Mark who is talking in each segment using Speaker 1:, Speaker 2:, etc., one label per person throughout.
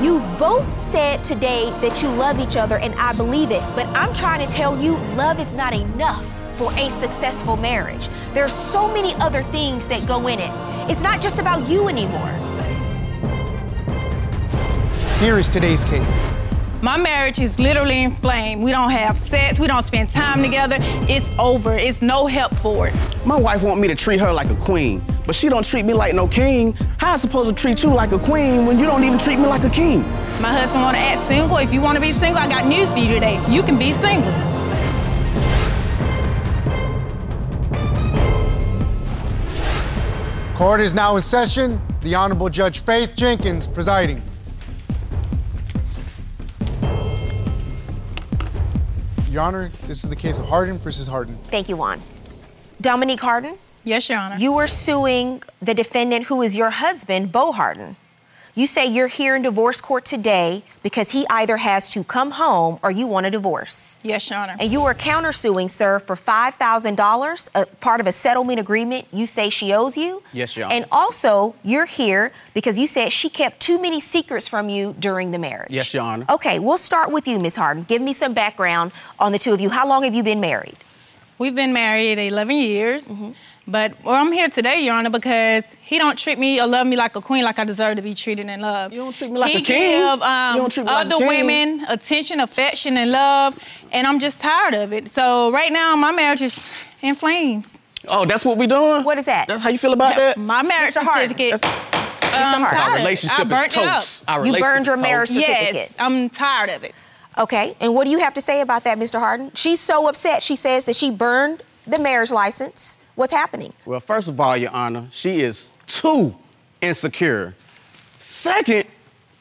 Speaker 1: You both said today that you love each other, and I believe it. But I'm trying to tell you, love is not enough for a successful marriage. There's so many other things that go in it. It's not just about you anymore.
Speaker 2: Here is today's case.
Speaker 3: My marriage is literally in flame. We don't have sex. We don't spend time together. It's over. It's no help for it.
Speaker 4: My wife want me to treat her like a queen, but she don't treat me like no king. How I supposed to treat you like a queen when you don't even treat me like a king?
Speaker 3: My husband want to act single. If you want to be single, I got news for you today. You can be single.
Speaker 2: Court is now in session. The Honorable Judge Faith Jenkins presiding. Your Honor, this is the case of Hardin versus Hardin.
Speaker 1: Thank you, Juan. Dominique Harden,
Speaker 3: Yes, Your Honor.
Speaker 1: you are suing the defendant who is your husband, Bo Harden. You say you're here in divorce court today because he either has to come home or you want a divorce.
Speaker 3: yes, Your Honor.
Speaker 1: And you are countersuing, sir, for $5,000, a uh, part of a settlement agreement you say she owes you.
Speaker 4: Yes, Your Honor.
Speaker 1: And also, you're here because you said she kept too many secrets from you during the marriage.
Speaker 4: Yes, Your Honor.
Speaker 1: Okay, we'll start with you, Ms. Harden. Give me some background on the two of you. How long have you been married?
Speaker 3: We've been married 11 years, but well, I'm here today, Your Honor, because he don't treat me or love me like a queen, like I deserve to be treated and loved.
Speaker 4: You don't treat me like
Speaker 3: he
Speaker 4: a king.
Speaker 3: Give, um,
Speaker 4: You don't treat me like a
Speaker 3: other
Speaker 4: king.
Speaker 3: women attention, affection, and love, and I'm just tired of it. So right now, my marriage is in flames.
Speaker 4: Oh, that's what we doing?
Speaker 1: What is that?
Speaker 4: That's how you feel about that?
Speaker 3: My marriage
Speaker 1: Mr. Harden.
Speaker 3: certificate. Um, I'm
Speaker 4: That's-
Speaker 1: Harden.
Speaker 3: tired.
Speaker 4: our
Speaker 1: I
Speaker 4: relationship
Speaker 3: I burnt
Speaker 4: is
Speaker 3: it up.
Speaker 4: toast. Our
Speaker 1: You burned your
Speaker 4: relationship
Speaker 1: marriage
Speaker 4: toast.
Speaker 3: Yes,
Speaker 1: certificate.
Speaker 3: I'm tired of it.
Speaker 1: Okay, and what do you have to say about that, Mr. Harden? She's so upset, she says that she burned the marriage license. What's happening?
Speaker 4: Well, first of all, Your Honor, she is too insecure. Second,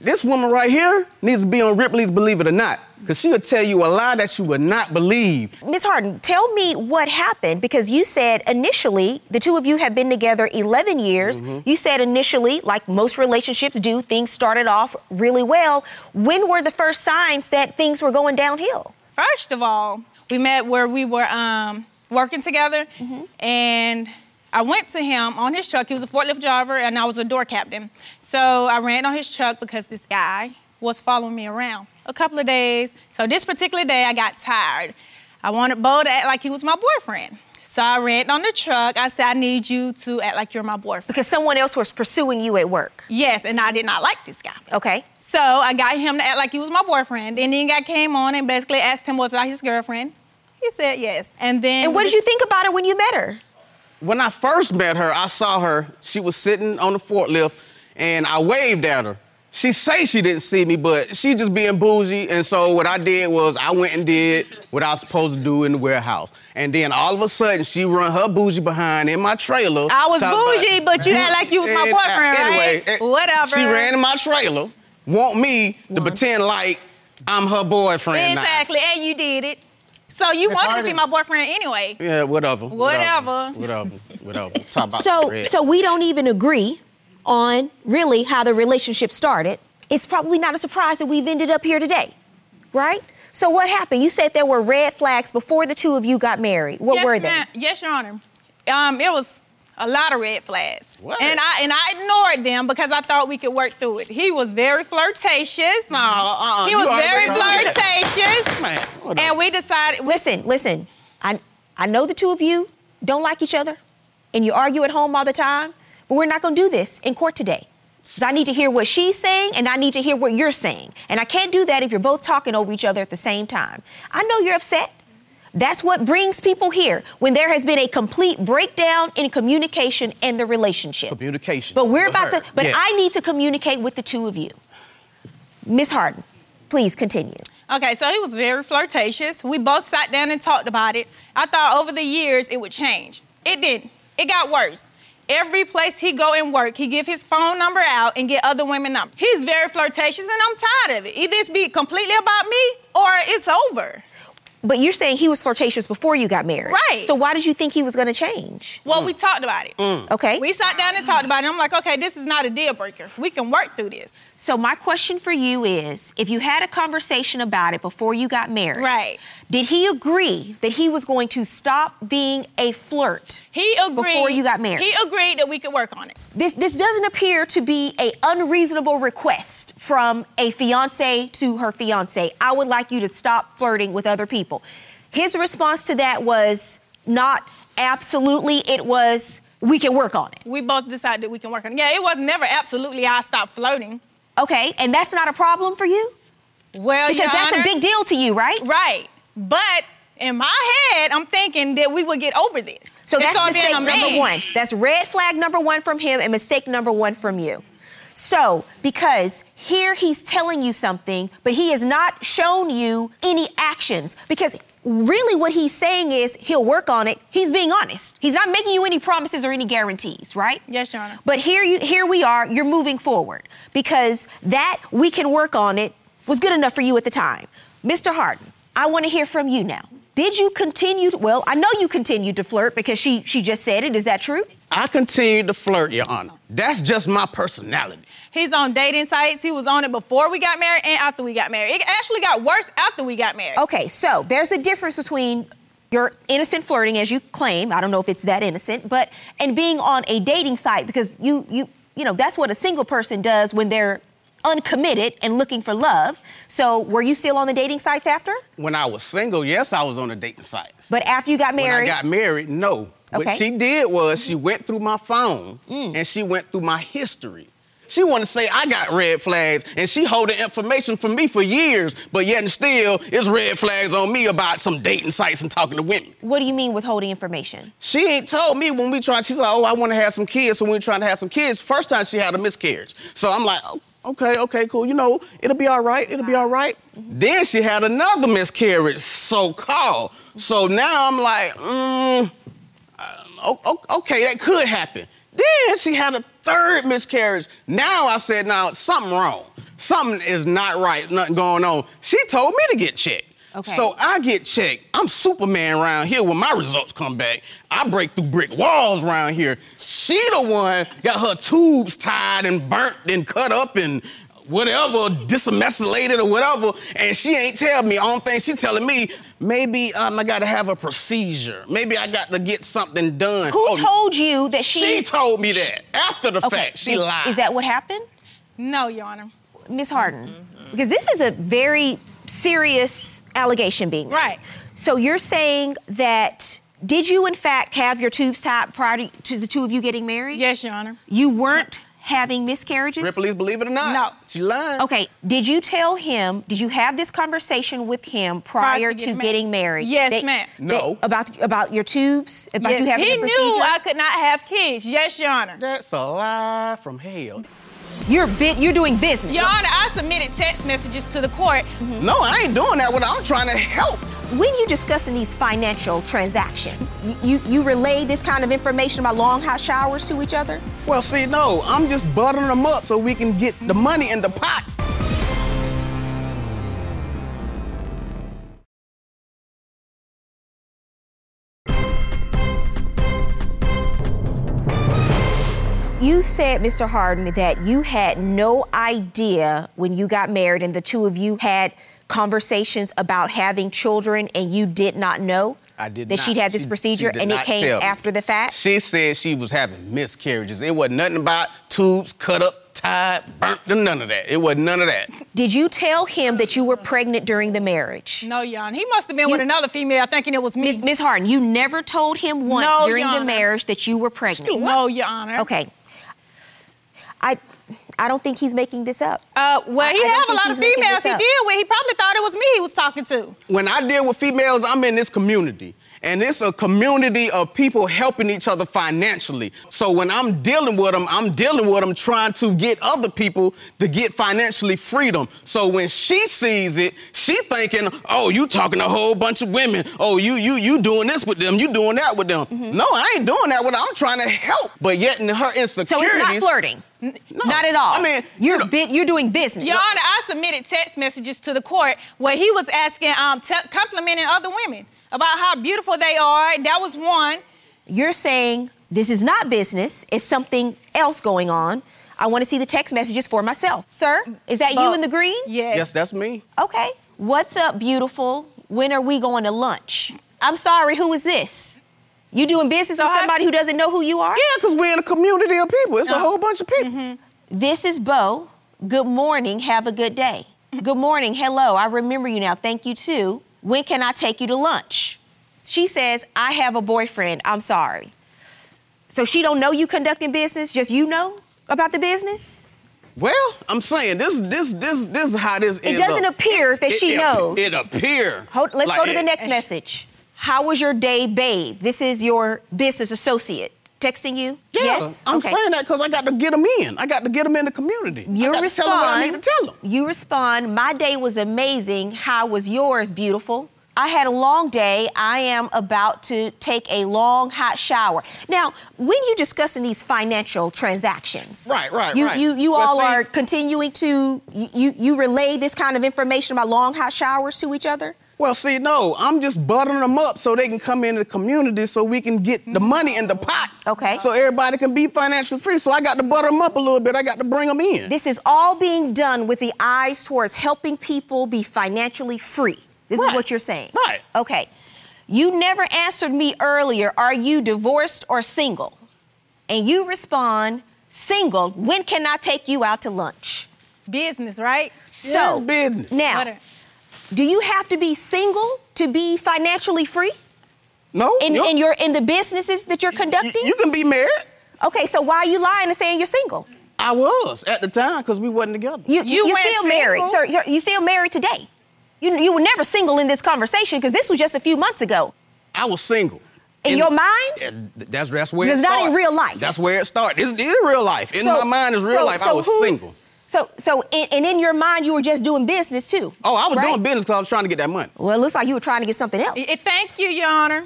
Speaker 4: this woman right here needs to be on Ripley's Believe It or Not, because she'll tell you a lie that you would not believe.
Speaker 1: Ms. Harden, tell me what happened because you said initially the two of you have been together 11 years. You said initially, like most relationships do, things started off really well. When were the first signs that things were going downhill?
Speaker 3: First of all, we met where we were um, working together, Mm-hmm. and I went to him on his truck. He was a forklift driver, and I was a door captain. So I ran on his truck because this guy was following me around a couple of days. So this particular day, I got tired. I wanted Bo to act like he was my boyfriend. So I ran on the truck. I said, I need you to act like you're my boyfriend.
Speaker 1: Because someone else was pursuing you at work.
Speaker 3: Yes, and I did not like this guy.
Speaker 1: Okay.
Speaker 3: So I got him to act like he was my boyfriend. And then I came on and basically asked him, was I his girlfriend? He said yes. And then.
Speaker 1: And what did you think about it when you met her?
Speaker 4: When I first met her, I saw her. She was sitting on the forklift, and I waved at her. She say she didn't see me, but she just being bougie. And so what I did was I went and did what I was supposed to do in the warehouse. And then all of a sudden, she run her bougie behind in my trailer.
Speaker 3: I was
Speaker 4: Talking about-
Speaker 3: bougie, but you act like you was my
Speaker 4: And, uh,
Speaker 3: boyfriend, right?
Speaker 4: anyway, eh,
Speaker 3: Whatever.
Speaker 4: She ran in my trailer, want me to pretend like I'm her boyfriend now.
Speaker 3: Exactly. And you did it. So you
Speaker 2: Miss
Speaker 3: wanted to
Speaker 2: Harden.
Speaker 3: be my boyfriend anyway.
Speaker 4: Yeah, whatever.
Speaker 3: Whatever.
Speaker 4: Whatever. Whatever. whatever. Talk about the
Speaker 1: So,
Speaker 4: bread.
Speaker 1: so we don't even agree on really how the relationship started. It's probably not a surprise that we've ended up here today, right? So what happened? You said there were red flags before the two of you got married. What
Speaker 3: yes,
Speaker 1: were they?
Speaker 3: ma'am. Yes, Your Honor. Um, it was a lot of red flags.
Speaker 4: What?
Speaker 3: And I and I ignored them because I thought we could work through it. He was very flirtatious.
Speaker 4: No, uh-uh,
Speaker 3: He
Speaker 4: you
Speaker 3: was
Speaker 4: already
Speaker 3: very
Speaker 4: know.
Speaker 3: flirtatious.
Speaker 4: Man, hold on.
Speaker 3: And we decided
Speaker 1: Listen, listen. I I know the two of you don't like each other, and you argue at home all the time. But we're not going to do this in court today. 'Cause I need to hear what she's saying, and I need to hear what you're saying. And I can't do that if you're both talking over each other at the same time. I know you're upset. That's what brings people here when there has been a complete breakdown in communication and the relationship.
Speaker 4: Communication
Speaker 1: But we're
Speaker 4: with
Speaker 1: about
Speaker 4: her,
Speaker 1: to. But
Speaker 4: yeah.
Speaker 1: I need to communicate with the two of you. Miss Harden, please continue.
Speaker 3: Okay, so he was very flirtatious. We both sat down and talked about it. I thought over the years it would change. It didn't. It got worse. Every place he go and work, he give his phone number out and get other women numbers. He's very flirtatious, and I'm tired of it. Either it's be completely about me or it's over.
Speaker 1: But you're saying he was flirtatious before you got married.
Speaker 3: Right.
Speaker 1: So why did you think he was going to change?
Speaker 3: Well, we talked about it.
Speaker 1: Okay.
Speaker 3: We sat down and talked about it. I'm like, okay, this is not a deal breaker. We can work through this.
Speaker 1: So my question for you is, if you had a conversation about it before you got married,
Speaker 3: Right.
Speaker 1: Did he agree that he was going to stop being a flirt?
Speaker 3: He agreed.
Speaker 1: Before you got married.
Speaker 3: He agreed that we could work on it.
Speaker 1: this this doesn't appear to be a unreasonable request from a fiance to her fiance. I would like you to stop flirting with other people. His response to that was not absolutely. It was we can work on it.
Speaker 3: We both decided that we can work on it. Yeah, it was never absolutely I stopped floating.
Speaker 1: Okay, and that's not a problem for you
Speaker 3: Well,
Speaker 1: because
Speaker 3: Your
Speaker 1: that's
Speaker 3: Honor,
Speaker 1: a big deal to you, right?
Speaker 3: Right. But in my head, I'm thinking that we would get over this.
Speaker 1: So
Speaker 3: It's
Speaker 1: that's
Speaker 3: on
Speaker 1: mistake
Speaker 3: being a
Speaker 1: number
Speaker 3: man.
Speaker 1: one. That's red flag number one from him and mistake number one from you. So, because here he's telling you something, but he has not shown you any actions. Because really what he's saying is he'll work on it. He's being honest. He's not making you any promises or any guarantees, right?
Speaker 3: Yes, Your Honor.
Speaker 1: But here you here we are, you're moving forward. Because that we can work on it was good enough for you at the time. Mr. Harden, I want to hear from you now. Did you continue to, well, I know you continued to flirt because she she just said it. Is that true?
Speaker 4: I continued to flirt, Your Honor. That's just my personality.
Speaker 3: He's on dating sites. He was on it before we got married and after we got married. It actually got worse after we got married.
Speaker 1: Okay, so there's the difference between your innocent flirting, as you claim, I don't know if it's that innocent, but and being on a dating site because you you you know that's what a single person does when they're uncommitted and looking for love. So were you still on the dating sites after?
Speaker 4: When I was single, yes, I was on the dating sites.
Speaker 1: But after you got married,
Speaker 4: When I got married, no.
Speaker 1: Okay.
Speaker 4: What she did was she went through my phone and she went through my history. She wanted to say I got red flags and she holding information from me for years, but yet and still it's red flags on me about some dating sites and talking to women.
Speaker 1: what do you mean withholding information?
Speaker 4: She ain't told me when we tried. She's like, oh, I want to have some kids. So we were trying to have some kids. First time she had a miscarriage. So I'm like, oh, okay, okay, cool. You know, it'll be all right. It'll be all right. Then she had another miscarriage, so called. So now I'm like, mm, o- o- okay, that could happen. Then she had a third miscarriage. Now I said, now something wrong. Something is not right. Nothing going on. She told me to get checked.
Speaker 1: Okay.
Speaker 4: So I get checked. I'm Superman around here. When my results come back, I break through brick walls around here. She the one got her tubes tied and burnt and cut up and whatever, disemmethylated or whatever, and she ain't tell me. Only thing she telling me, maybe um, I gotta have a procedure. Maybe I got to get something done.
Speaker 1: Who
Speaker 4: Oh,
Speaker 1: told you that she?
Speaker 4: She, told me that after the fact. She
Speaker 1: is-
Speaker 4: lied.
Speaker 1: Is that what happened,
Speaker 3: No, Your Honor.
Speaker 1: Miss Harden? Because this is a very serious allegation being made.
Speaker 3: Right.
Speaker 1: So you're saying that did you in fact have your tubes tied prior to, to the two of you getting married?
Speaker 3: Yes, Your Honor.
Speaker 1: You weren't having miscarriages.
Speaker 4: Ripley's believe it or not?
Speaker 3: No.
Speaker 4: She lied.
Speaker 1: Okay. Did you tell him? Did you have this conversation with him prior,
Speaker 3: to getting
Speaker 1: getting married?
Speaker 3: Yes,
Speaker 1: That-
Speaker 3: ma'am.
Speaker 1: that-
Speaker 4: No.
Speaker 1: about about your tubes. About you
Speaker 3: Yes,
Speaker 1: having
Speaker 3: he
Speaker 1: a
Speaker 3: knew
Speaker 1: procedure.
Speaker 3: I could not have kids. Yes, Your Honor.
Speaker 4: That's a lie from hell.
Speaker 1: You're bit. You're doing business.
Speaker 3: Your Honor, I submitted text messages to the court.
Speaker 1: Mm-hmm.
Speaker 4: No, I ain't doing that. What I'm trying to help.
Speaker 1: When you discussing these financial transactions, you, you you relay this kind of information about long hot showers to each other.
Speaker 4: Well, see, no, I'm just buttering them up so we can get the money in the pot.
Speaker 1: You said, Mr. Harden, that you had no idea when you got married and the two of you had conversations about having children, and you did not know
Speaker 4: I did
Speaker 1: that
Speaker 4: not.
Speaker 1: she'd had this
Speaker 4: She-
Speaker 1: procedure,
Speaker 4: she did
Speaker 1: and it
Speaker 4: not
Speaker 1: came
Speaker 4: tell me.
Speaker 1: after the fact.
Speaker 4: She said she was having miscarriages. It wasn't nothing about tubes cut up, tied, burnt, none of that. It wasn't none of that.
Speaker 1: did you tell him that you were pregnant during the marriage?
Speaker 3: No, Your Honor. He must have been with another female thinking it was me.
Speaker 1: Ms. Ms. Harden, you never told him once
Speaker 3: No,
Speaker 1: during
Speaker 3: Your
Speaker 1: the
Speaker 3: Honor.
Speaker 1: marriage that you were pregnant.
Speaker 3: No, Your Honor.
Speaker 1: Okay. I I don't think he's making this up.
Speaker 3: Uh, well,
Speaker 1: I-
Speaker 3: he
Speaker 1: I don't
Speaker 3: have a
Speaker 1: think
Speaker 3: lot
Speaker 1: he's
Speaker 3: of
Speaker 1: making
Speaker 3: females
Speaker 1: this
Speaker 3: he
Speaker 1: up.
Speaker 3: did with. He probably thought it was me he was talking to.
Speaker 4: when I deal with females, I'm in this community. And it's a community of people helping each other financially. So when I'm dealing with them, I'm dealing with them trying to get other people to get financially freedom. So when she sees it, she thinking, "Oh, you talking to a whole bunch of women. Oh, you you you doing this with them. You doing that with them." No, I ain't doing that with. Them. I'm trying to help. But yet in her insecurities,
Speaker 1: Mm-hmm. So it's not flirting. Not at all.
Speaker 4: I mean,
Speaker 1: you're
Speaker 4: you know-
Speaker 1: bit, you're doing business.
Speaker 3: Your Honor, I submitted text messages to the court where he was asking, um, te- complimenting other women about how beautiful they are. That was one.
Speaker 1: You're saying this is not business. It's something else going on. I want to see the text messages for myself. Sir, is that you
Speaker 3: Bo-
Speaker 1: in the green?
Speaker 3: Yes.
Speaker 4: Yes, that's me.
Speaker 1: Okay. What's up, beautiful? When are we going to lunch? I'm sorry, who is this? You doing business with
Speaker 3: So I-
Speaker 1: somebody who doesn't know who you are?
Speaker 4: Yeah, because we're in a community of people. It's a
Speaker 3: Uh,
Speaker 4: whole bunch of
Speaker 1: Mm-hmm.
Speaker 4: people.
Speaker 1: This is Bo. Good morning. Have a good day. Good morning. Hello. I remember you now. Thank you too. When can I take you to lunch? She says, I have a boyfriend. I'm sorry. So she don't know you conducting business, just you know about the business?
Speaker 4: Well, I'm saying this, this, this, this is how this.
Speaker 1: It doesn't appear that she knows.
Speaker 4: It appear.
Speaker 1: Hold, let's
Speaker 4: like
Speaker 1: go to the
Speaker 4: it-
Speaker 1: next message. How was your day, babe? This is your business associate texting you.
Speaker 4: Yeah,
Speaker 1: yes,
Speaker 4: I'm
Speaker 1: okay.
Speaker 4: saying that because I got to get them in. I got to get them in the community.
Speaker 1: You
Speaker 4: I got
Speaker 1: respond.
Speaker 4: to tell them what I need to tell them.
Speaker 1: You respond. My day was amazing. How was yours, beautiful? I had a long day. I am about to take a long hot shower. Now, when you discussing these financial transactions,
Speaker 4: Right, right,
Speaker 1: you
Speaker 4: right.
Speaker 1: you you
Speaker 4: Well,
Speaker 1: all
Speaker 4: see-
Speaker 1: are continuing to you- you you relay this kind of information about long hot showers to each other.
Speaker 4: Well, see, no, I'm just buttering them up so they can come into the community so we can get the money in the pot.
Speaker 1: Okay.
Speaker 4: So everybody can be financially free. So I got to butter them up a little bit. I got to bring them in.
Speaker 1: This is all being done with the eyes towards helping people be financially free. This is
Speaker 4: Right.
Speaker 1: what you're saying.
Speaker 4: Right.
Speaker 1: Okay. You never answered me earlier. Are you divorced or single? And you respond, single. When can I take you out to lunch?
Speaker 3: Business, right?
Speaker 1: So
Speaker 4: Yes, business.
Speaker 1: now,
Speaker 3: Butter.
Speaker 1: do you have to be single to be financially free
Speaker 4: no.
Speaker 1: in,
Speaker 4: you-
Speaker 1: in your in the businesses that you're conducting?
Speaker 4: You can be married.
Speaker 1: okay, so why are you lying and saying you're single?
Speaker 4: I was at the time because we wasn't together.
Speaker 1: You, you
Speaker 3: You
Speaker 1: are
Speaker 3: went
Speaker 1: still married,
Speaker 3: single?
Speaker 1: sir. You're, you still married today. You, you were never single in this conversation because this was just a few months ago.
Speaker 4: I was single.
Speaker 1: In your mind?
Speaker 4: Yeah, th- That's that's where.
Speaker 1: Because
Speaker 4: it
Speaker 1: that ain't
Speaker 4: start.
Speaker 1: real life.
Speaker 4: That's where it started. It's, it's real life. In
Speaker 1: So-
Speaker 4: my mind, it's real
Speaker 1: so-
Speaker 4: life. I
Speaker 1: so
Speaker 4: was
Speaker 1: who's-
Speaker 4: single.
Speaker 1: So, so, and, and in your mind, you were just doing business too.
Speaker 4: Oh, I was
Speaker 1: right?
Speaker 4: doing E, business because I was trying to get that money. Oh,
Speaker 1: Well, it looks like you were trying to get something else.
Speaker 3: Eh, Thank you, Your Honor.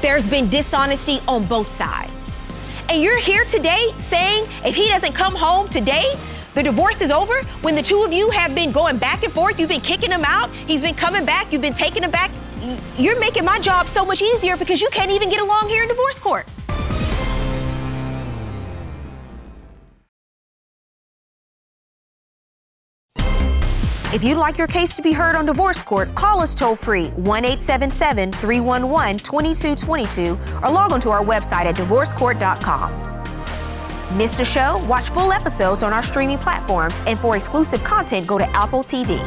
Speaker 1: There's been dishonesty on both sides. And you're here today saying if he doesn't come home today, the divorce is over when the two of you have been going back and forth. You've been kicking him out, he's been coming back, you've been taking him back. Y- You're making my job so much easier because you can't even get along here in divorce court. If you'd like your case to be heard on divorce court, call us toll free 1 877 311 2222 or log on to our website at divorcecourt.com. Missed a show? Watch full episodes on our streaming platforms, and for exclusive content, go to Apple TV.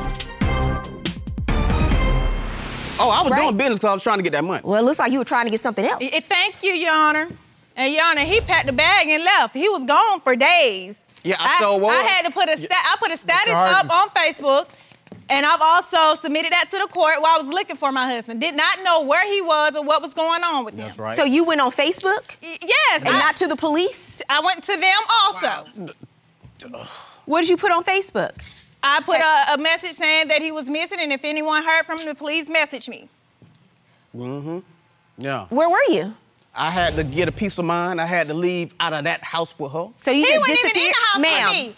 Speaker 4: Oh, I was
Speaker 1: Right.
Speaker 4: doing business because I was trying to get that money.
Speaker 1: Well, it looks like you were trying to get something else.
Speaker 3: Eh, eh, Thank you, Your Honor. And Your Honor, he packed the bag and left. He was gone for days.
Speaker 4: Yeah, I sure was.
Speaker 3: I had to put a sta- I put a status
Speaker 2: Harvey.
Speaker 3: up on Facebook, and I've also submitted that to the court while I was looking for my husband. Did not know where he was or what was going on with him.
Speaker 1: So you went on Facebook
Speaker 3: Y- Yes,
Speaker 1: and
Speaker 3: I,
Speaker 1: not to the police?
Speaker 3: I went to them also.
Speaker 1: What did you put on Facebook?
Speaker 3: I put a, a message saying that he was missing, and if anyone heard from him, please message me.
Speaker 4: yeah.
Speaker 1: Where were you?
Speaker 4: I had to get a peace of mind. I had to leave out of that house with her.
Speaker 1: So you
Speaker 3: He
Speaker 1: just
Speaker 3: wasn't even in the
Speaker 1: disappeared,
Speaker 3: house with
Speaker 1: ma'am,
Speaker 3: me.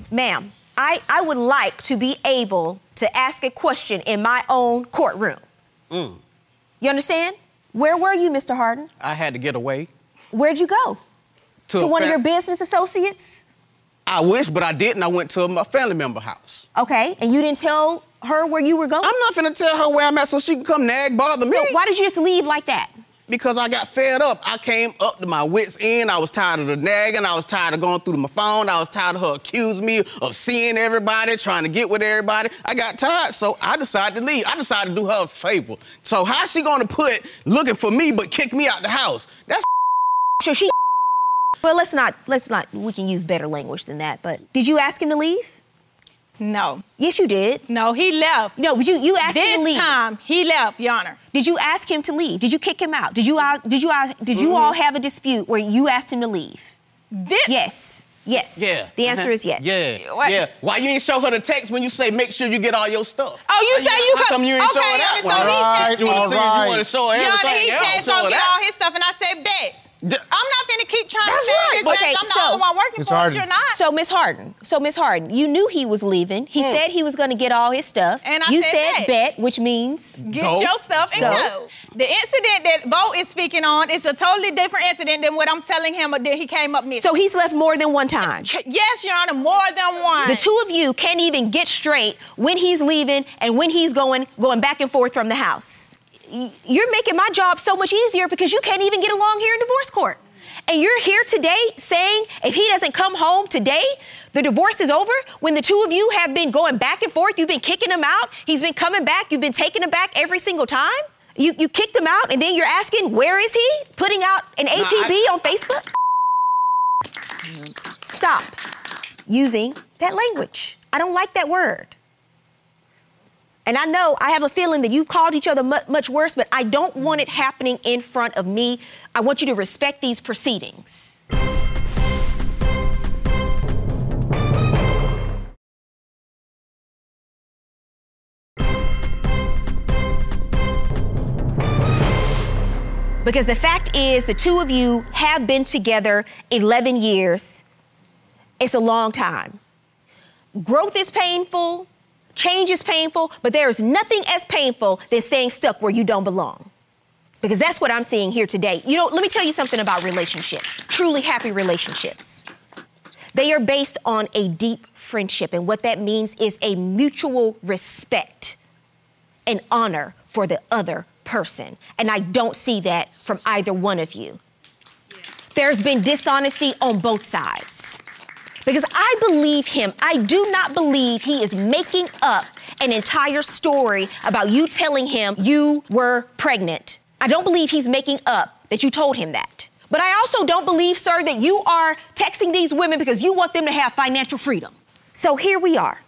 Speaker 1: ma'am, ma'am. I, I would like to be able to ask a question in my own courtroom.
Speaker 4: Mm.
Speaker 1: You understand? Where were you, Mr. Harden?
Speaker 4: I had to get away.
Speaker 1: Where'd you go? To
Speaker 4: a
Speaker 1: one of
Speaker 4: fa-
Speaker 1: your business associates?
Speaker 4: I wish, but I didn't. I went to my family member house.
Speaker 1: Okay, and you didn't tell her where you were going?
Speaker 4: I'm not finna tell her where I'm at so she can come nag bother me.
Speaker 1: so why did you just leave like that?
Speaker 4: because I got fed up. I came up to my wits' end. I was tired of the nagging. I was tired of going through my phone. I was tired of her accusing me of seeing everybody, trying to get with everybody. I got tired, so I decided to leave. I decided to do her a favor. So how's she gonna put looking for me but kick me out the house? That's
Speaker 1: So she. Well, let's not, let's not, we can use better language than that, but did you ask him to leave?
Speaker 3: No,
Speaker 1: Yes, you did.
Speaker 3: no, he left.
Speaker 1: No, but you, you asked him to
Speaker 3: This
Speaker 1: leave.
Speaker 3: time, he left, Your Honor.
Speaker 1: Did you ask him to leave? Did you kick him out? Did you all, did you all, did you all have a dispute where you asked him to leave?
Speaker 3: Mm-hmm. This, Mm-hmm.
Speaker 1: Yes. Yes.
Speaker 4: yeah.
Speaker 1: The answer is yes.
Speaker 4: Yeah.
Speaker 3: What?
Speaker 4: Yeah. Why you ain't show her the text when you say make sure you get all your stuff?
Speaker 3: Oh,
Speaker 1: Uh,
Speaker 3: you say you
Speaker 4: how
Speaker 3: co-
Speaker 4: come you ain't
Speaker 3: Okay,
Speaker 4: show her that
Speaker 3: so
Speaker 4: one?
Speaker 3: he
Speaker 2: All
Speaker 3: just
Speaker 2: right,
Speaker 3: did-
Speaker 4: You wanna
Speaker 2: all
Speaker 4: see-
Speaker 2: right.
Speaker 4: You want to show her
Speaker 3: Your Honor,
Speaker 4: everything
Speaker 3: he
Speaker 4: else?
Speaker 3: said
Speaker 4: show her
Speaker 3: go get
Speaker 4: that.
Speaker 3: all his stuff, and I said bet.
Speaker 4: D-
Speaker 3: I'm not finna keep trying
Speaker 4: That's
Speaker 3: to say
Speaker 4: right,
Speaker 3: this.
Speaker 4: but-
Speaker 3: Judge,
Speaker 1: Okay,
Speaker 3: I'm
Speaker 1: so-
Speaker 3: the only one working
Speaker 2: Ms.
Speaker 3: for it.
Speaker 2: Harden.
Speaker 3: You're not.
Speaker 1: So Miss Harden, so Miss Harden, you knew he was leaving. He said he was going to get all his stuff.
Speaker 3: Mm. And I
Speaker 1: you
Speaker 3: said
Speaker 1: said
Speaker 3: bet.
Speaker 1: bet, which means
Speaker 3: Get
Speaker 4: Go.
Speaker 3: your stuff and
Speaker 1: Go.
Speaker 3: go. The incident that Bo is speaking on is a totally different incident than what I'm telling him that he came up with.
Speaker 1: so he's left more than one time.
Speaker 3: yes, Your Honor, more than one.
Speaker 1: The two of you can't even get straight when he's leaving and when he's going going back and forth from the house. Y- You're making my job so much easier because you can't even get along here in divorce court. And you're here today saying if he doesn't come home today, the divorce is over when the two of you have been going back and forth, you've been kicking him out, he's been coming back, you've been taking him back every single time. You, you kicked him out and then you're asking where is he? Putting out an APB on Facebook? Stop using that language. I don't like that word. And I know I have a feeling that you've called each other mu- much worse, but I don't want it happening in front of me. I want you to respect these proceedings. Because the fact is, the two of you have been together 11 years. It's a long time. Growth is painful, change is painful, but there is nothing as painful than staying stuck where you don't belong. Because that's what I'm seeing here today. You know, let me tell you something about relationships, truly happy relationships. They are based on a deep friendship, and what that means is a mutual respect and honor for the other person. And I don't see that from either one of you. There's been dishonesty on both sides. Because I believe him. I do not believe he is making up an entire story about you telling him you were pregnant. I don't believe he's making up that you told him that. But I also don't believe, sir, that you are texting these women because you want them to have financial freedom. So here we are.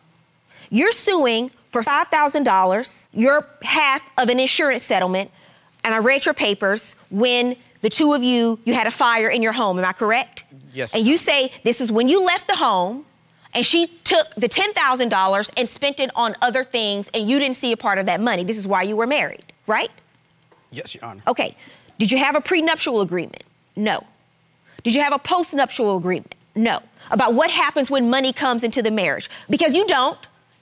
Speaker 1: You're suing for $5,000, your half of an insurance settlement, and I read your papers when the two of you, you had a fire in your home, am I correct?
Speaker 4: Yes,
Speaker 1: And
Speaker 4: ma'am.
Speaker 1: you say this is when you left the home, and she took the $10,000 and spent it on other things, and you didn't see a part of that money. This is why you were married, right?
Speaker 4: Yes, Your Honor.
Speaker 3: Oh.
Speaker 1: Okay. Did you have a prenuptial agreement? No. Did you have a postnuptial agreement? No. About what happens when money comes into the marriage? Because you don't,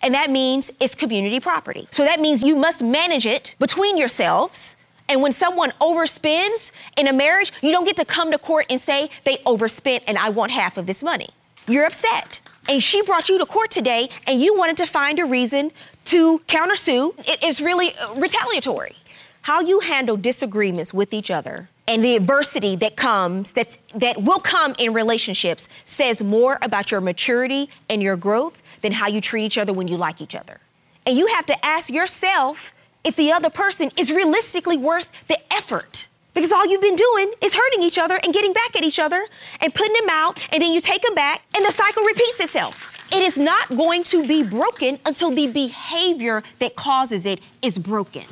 Speaker 1: and that means it's community property. So that means you must manage it between yourselves. And when someone overspends in a marriage, you don't get to come to court and say they overspent and I want half of this money. You're upset. And she brought you to court today and you wanted to find a reason to countersue. It is really uh, retaliatory how you handle disagreements with each other and the adversity that comes that's, that will come in relationships says more about your maturity and your growth than how you treat each other when you like each other and you have to ask yourself if the other person is realistically worth the effort because all you've been doing is hurting each other and getting back at each other and putting them out and then you take them back and the cycle repeats itself it is not going to be broken until the behavior that causes it is broken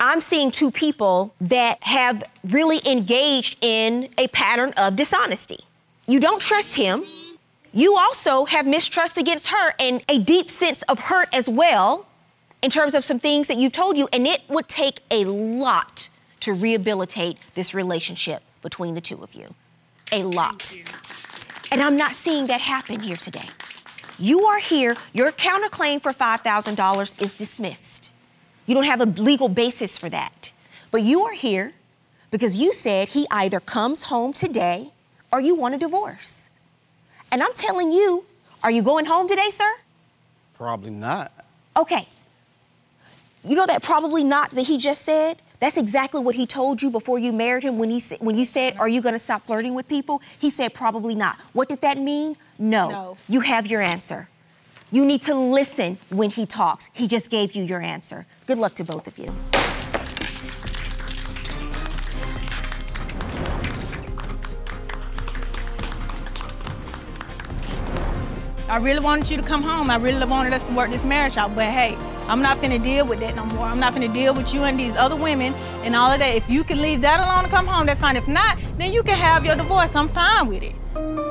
Speaker 1: I'm seeing two people that have really engaged in a pattern of dishonesty. You don't trust him. You also have mistrust against her and a deep sense of hurt as well in terms of some things that you've told you. And it would take a lot to rehabilitate this relationship between the two of you. A lot. And I'm not seeing that happen here today. You are here, your counterclaim for $5,000 is dismissed. You don't have a legal basis for that. But you are here because you said he either comes home today or you want a divorce. And I'm telling you, are you going home today, sir?
Speaker 4: Probably not.
Speaker 1: Okay. You know that probably not that he just said? That's exactly what he told you before you married him when he sa- when you said, "Are you going to stop flirting with people?" He said, "Probably not." What did that mean? No.
Speaker 3: No.
Speaker 1: You have your answer. You need to listen when he talks. He just gave you your answer. Good luck to both of you.
Speaker 3: I really wanted you to come home. I really wanted us to work this marriage out. But hey, I'm not finna deal with that no more. I'm not finna deal with you and these other women and all of that. If you can leave that alone and come home, that's fine. If not, then you can have your divorce. I'm fine with it.